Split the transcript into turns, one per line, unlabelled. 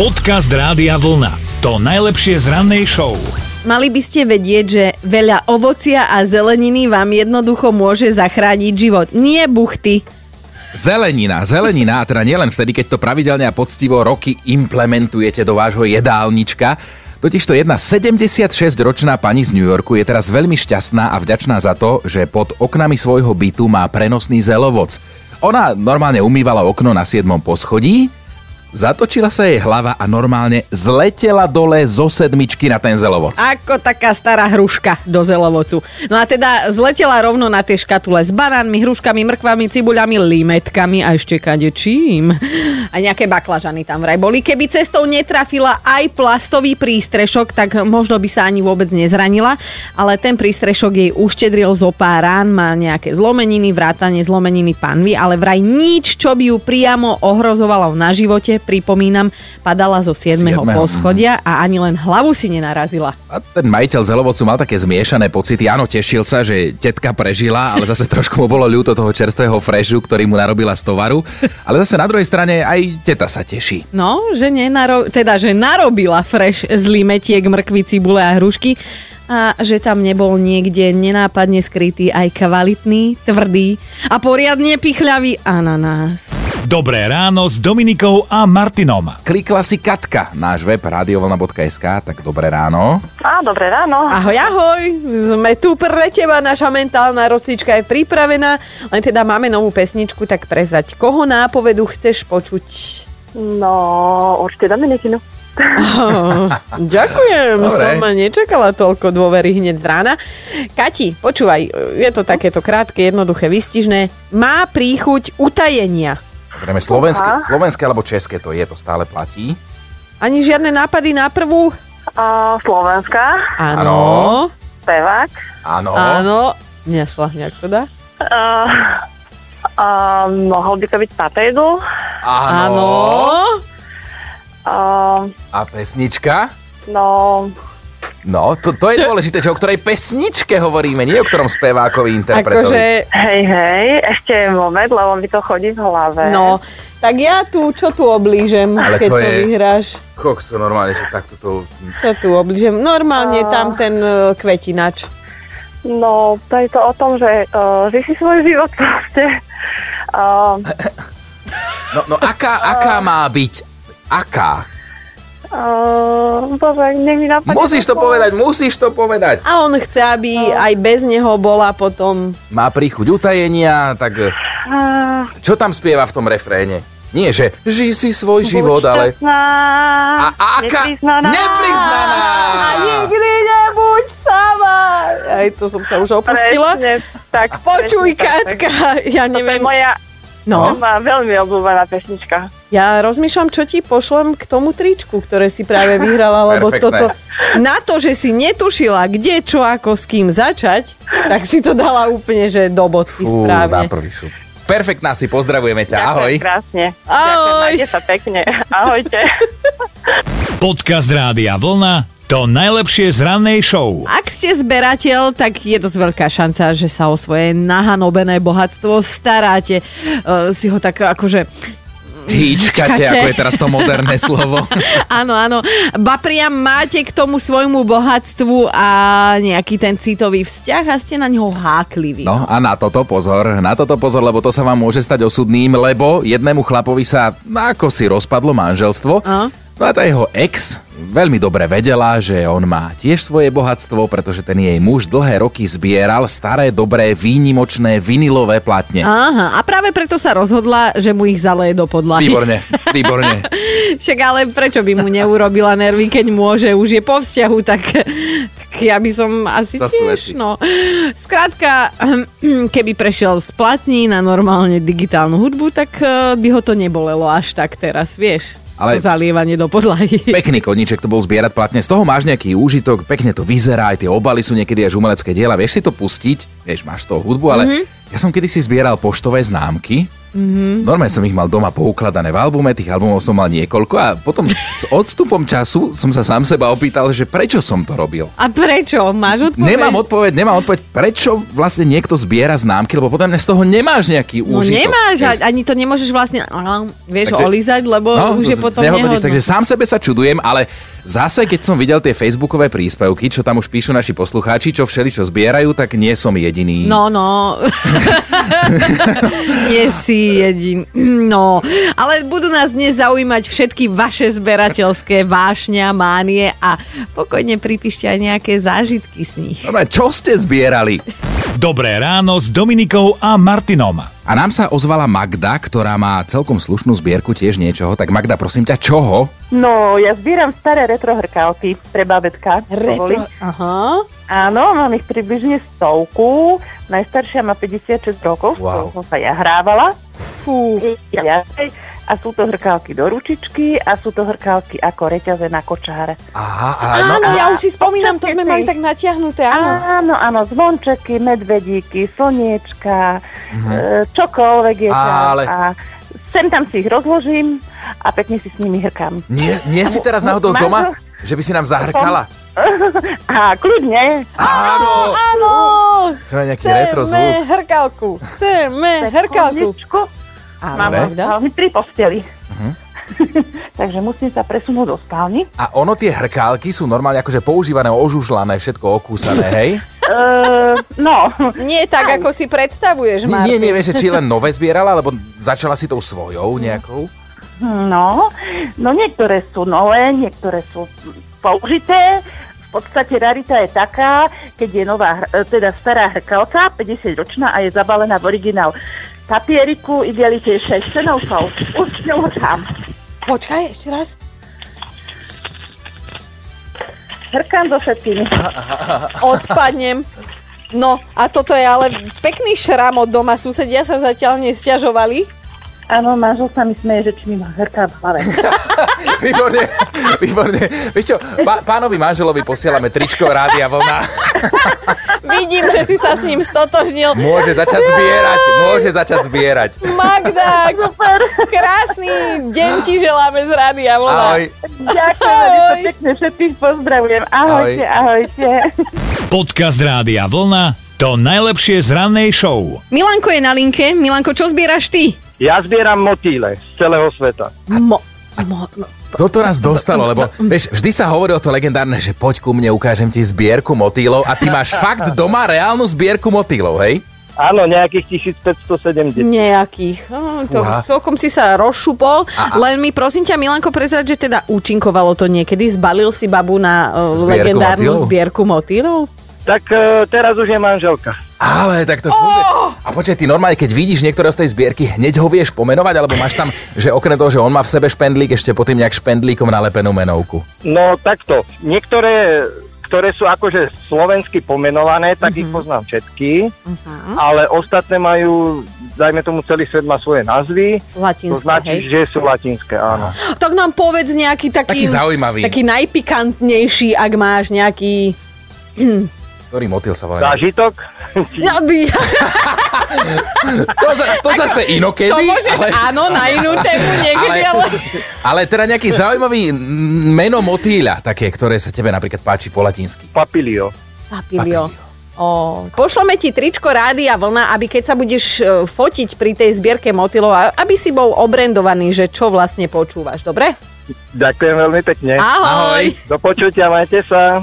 Podcast Rádia Vlna. To najlepšie z rannej show.
Mali by ste vedieť, že veľa ovocia a zeleniny vám jednoducho môže zachrániť život. Nie buchty.
Zelenina, zelenina, a teda nielen vtedy, keď to pravidelne a poctivo roky implementujete do vášho jedálnička, Totižto jedna 76-ročná pani z New Yorku je teraz veľmi šťastná a vďačná za to, že pod oknami svojho bytu má prenosný zelovoc. Ona normálne umývala okno na 7. poschodí, zatočila sa jej hlava a normálne zletela dole zo sedmičky na ten zelovoc.
Ako taká stará hruška do zelovocu. No a teda zletela rovno na tie škatule s banánmi, hruškami, mrkvami, cibuľami, limetkami a ešte kadečím. A nejaké baklažany tam vraj boli. Keby cestou netrafila aj plastový prístrešok, tak možno by sa ani vôbec nezranila, ale ten prístrešok jej uštedril zo pár rán, má nejaké zlomeniny, vrátanie zlomeniny panvy, ale vraj nič, čo by ju priamo ohrozovalo na živote, pripomínam, padala zo 7.
Siedmeho,
poschodia a ani len hlavu si nenarazila.
A ten majiteľ zelovocu mal také zmiešané pocity. Áno, tešil sa, že tetka prežila, ale zase trošku mu bolo ľúto toho čerstvého frežu, ktorý mu narobila z tovaru. Ale zase na druhej strane aj teta sa teší.
No, že, nenaro- teda, že narobila fresh z limetiek, mrkvy, cibule a hrušky a že tam nebol niekde nenápadne skrytý aj kvalitný, tvrdý a poriadne pichľavý ananás.
Dobré ráno s Dominikou a Martinom.
Klikla si Katka, náš web radiovolna.sk, tak dobré ráno.
Á, dobré ráno. A.
Ahoj, ahoj, sme tu pre teba, naša mentálna rostička je pripravená, len teda máme novú pesničku, tak prezrať, koho nápovedu chceš počuť?
No, určite Dominikinu.
Ďakujem,
Dobre.
som nečakala toľko dôvery hneď z rána. Kati, počúvaj, je to takéto krátke, jednoduché, vystižné. Má príchuť utajenia.
Zrejme slovenské,
Aha.
slovenské alebo české to je, to stále platí.
Ani žiadne nápady na prvú?
A, Slovenska,
Áno.
spevák.
Áno.
Áno. Nešla, nejak to dá?
A, a, mohol by to byť Patejdu.
Áno.
A,
A pesnička?
no,
No, to, to je dôležité, že o ktorej pesničke hovoríme, nie o ktorom spevákovi interpretovi.
Akože,
hej, hej, ešte moment, lebo mi to chodí v hlave.
no, tak ja tu, čo tu oblížem,
Ale
keď
to
to,
je-
vyhráš?
Kokso, normálne, že takto to
Čo tu oblížem? Normálne tam ten e, kvetinač.
No, to je to o tom, že uh, žij si svoj život proste. Uh,
No, no aká, aká má byť? Aká?
uh, bože, nech mi napadne.
Musíš to povedať, musíš to povedať.
A on chce, aby aj bez neho bola potom
Má príchuť utajenia, tak eh,
Uh,
čo tam spieva v tom refréne? Nie, že žij si svoj život, ale... A, a aká?
Nepriznaná.
Nepriznaná!
A nikdy nebuď sama. Aj to som sa už opustila.
Presne, tak.
Počuj,
presne tak, tak.
Katka, ja
To je
neviem.
moja
Hm. No,
moja veľmi obľúbená pesnička.
ja rozmýšľam, čo ti pošlem k tomu tričku, ktoré si práve vyhrala, lebo toto...
Perfektné.
Na to, že si netušila, kde, čo, ako, s kým začať, tak si to dala úplne, že do bodky
Fú, na
správne.
prvý šup. Perfektná si, pozdravujeme ťa,
Ďakujem
ahoj.
Krásne.
Ahoj.
Ďakujem, majte sa pekne. Ahojte.
Podcast Rádia Vlna. To najlepšie z rannej show.
Ak ste zberateľ, tak je dosť veľká šanca, že sa o svoje nahanobené bohatstvo staráte. Eh, si ho tak akože
Hýčkate,
Hýčkate.
ako je teraz to moderné slovo.
Áno, áno. Ba priam máte k tomu svojmu bohatstvu a nejaký ten citový vzťah a ste na ňo hákliví.
No a na toto pozor, na toto pozor, lebo to sa vám môže stať osudným, lebo jednému chlapovi sa ako si rozpadlo manželstvo.
A?
No a tá jeho ex veľmi dobre vedela, že on má tiež svoje bohatstvo, pretože ten jej muž dlhé roky zbieral staré, dobré, výnimočné vinilové platne.
Aha, a práve preto sa rozhodla, že mu ich zaleje do podlahy.
Výborne, výborne.
Však ale prečo by mu neurobila nervy, keď môže, už je po vzťahu, tak, tak ja by som asi
Za
tiež,
svety.
no. Skrátka, keby prešiel z platní na normálne digitálnu hudbu, tak eh, by ho to nebolelo až tak teraz, vieš.
Ale-
to zalievanie do podlahy.
Pekný koníček to bol zbierať platne, z toho máš nejaký úžitok, pekne to vyzerá, aj tie obaly sú niekedy až
Mhm.
umelecké diela, vieš si to pustiť, vieš, máš toho hudbu, ale mm-hmm. ja som kedysi zbieral poštové známky Mm-hmm. Normálne som ich mal doma poukladané v albume, tých albumov som mal niekoľko a potom s odstupom času som sa sám seba opýtal, že prečo som to robil.
A prečo? Máš odpoveď?
Nemám odpoveď, nemám odpoveď, prečo vlastne niekto zbiera známky, lebo podľa mňa z toho nemáš nejaký
No
úžitok.
nemáš,
vieš.
a- ani to nemôžeš vlastne, á, vieš,
Takže-
olízať, lebo No, už je
No, z-
potom
znehodnotíš,
nehodno.
Takže sám sebe sa čudujem, ale zase, keď som videl tie facebookové príspevky, čo tam už píšu naši poslucháči, čo všeli čo zbierajú, tak nie som jediný.
No, no. Nie si jedin. No. Ale budú nás dnes zaujímať všetky vaše zberateľské vášňa, mánie a pokojne pripíšte aj nejaké zážitky z nich.
Dobre, čo ste zbierali?
Dobré ráno s Dominikou a Martinom.
A nám sa ozvala Magda, ktorá má celkom slušnú zbierku tiež niečoho. Tak Magda, prosím ťa, čoho?
No, ja zbieram staré retro hrkálky pre babetka. čo boli.
Aha.
Áno, mám ich približne stovku. Najstaršia má 56 rokov,
Wow.
wow. s ktorou som sa ja hrávala.
Fú.
Ja viacej. A sú to hrkálky do ručičky a sú to hrkálky ako reťaze na kočáre.
Aha, a
Áno, No, ja už si spomínam, to sme
Všetky.
mali tak natiahnuté,
No.
áno.
Áno, áno, zvončeky, medvedíky, slniečka, mm-hmm. čokoľvek je tam.
Mhm. Ale-
A sem tam si ich rozložím a pekne si s nimi hrkám.
nie, nie si teraz náhodou
Magda?
doma, že by si nám zahrkala?
A kľudne,
Áno,
Áno!
chceme nejaký retro zvuk.
Chceme hrkalku, chceme hrkalku.
slniečko, mám,
Dobre. Mhm.
mám tri postely. Takže musím sa presunúť do spálny.
A ono tie hrkálky sú normálne akože používané, ožužlané, všetko okúsané, hej?
Eh, no,
Nie tak, ako si predstavuješ,
Nie, nie,
Martin.
nie, vieš, že či len nové zbierala, alebo začala si tou svojou nejakou?
no, no niektoré sú nové, niektoré sú použité. V podstate rarita je taká, keď je nová, hr- eh, teda stará hrkalca, 50-ročná a je zabalená v originál papieriku, idealitejšej štenovkou. Už s ňou hrkám.
Počkaj, ešte raz.
Hrkám so všetkými.
Odpadnem. No, a toto je ale pekný šram od doma. Susedia sa zatiaľ nestiažovali.
Áno, manžel sa mi smeje, že či mi má hrká v hlave.
Výborne, výborne. Vieš čo, pá, pánovi manželovi posielame tričko Rádia Vlna.
Vidím, že si sa s ním stotožnil.
Môže začať zbierať, môže začať zbierať.
Magda,
Super.
krásny deň ti želáme z Rádia Vlna.
Ahoj.
Ďakujem, veľmi to pekne všetkých pozdravujem. Ahojte, ahojte.
Podcast Rádia Vlna to najlepšie z rannej show.
Milanko je na linke. Milanko, čo zbieraš ty?
Ja zbieram motýle z celého sveta.
Mo, mo, mo.
Toto nás dostalo, lebo vieš, vždy sa hovorilo to legendárne, že poď ku mne, ukážem ti zbierku motýlov a ty máš fakt doma reálnu zbierku motýlov, hej?
Áno, nejakých 1570.
Nejakých. Á,
hm,
To,
Fúha.
celkom si sa rozšupol, len mi prosím ťa, Milanko, prezrad, že teda účinkovalo to niekedy. Zbalil si babu na uh,
eh,
Zbierku
legendárnu
motýlov?
zbierku motýlov?
Tak e, teraz už je manželka.
Ale tak to funguje. A počkaj, ty normálne, keď vidíš niektorého z tej zbierky, hneď ho vieš pomenovať, alebo máš tam, že okrem toho, že on má v sebe špendlík, ešte potom nejak špendlíkom nalepenú menovku.
No takto, niektoré, ktoré sú akože slovensky pomenované, tak
Mhm.
ich poznám všetky, ale ostatné majú, dajme tomu celý svet má svoje názvy. To
Latinské,
značí,
hej?
že sú latinské, áno.
Tak nám povedz nejaký taký...
Taký zaujímavý.
Taký najpikantnejší, ak máš nejaký...
Ktorý motýl sa volá?
Zážitok?
Ja, No, by-
To, za, to zase inokedy.
to môžeš, ale... áno, na inú tému niekedy, ale...
ale teda nejaký zaujímavý mm, meno motýľa, také, ktoré sa tebe napríklad páči po latinsky.
Papilio.
Papilio. O, pošleme ti tričko Rádia Vlna, aby keď sa budeš e, fotiť pri tej zbierke motylov, a- aby si bol obrendovaný, že čo vlastne počúvaš, dobre?
Ďakujem veľmi pekne.
Ahoj! Ahoj.
Do počutia, majte sa.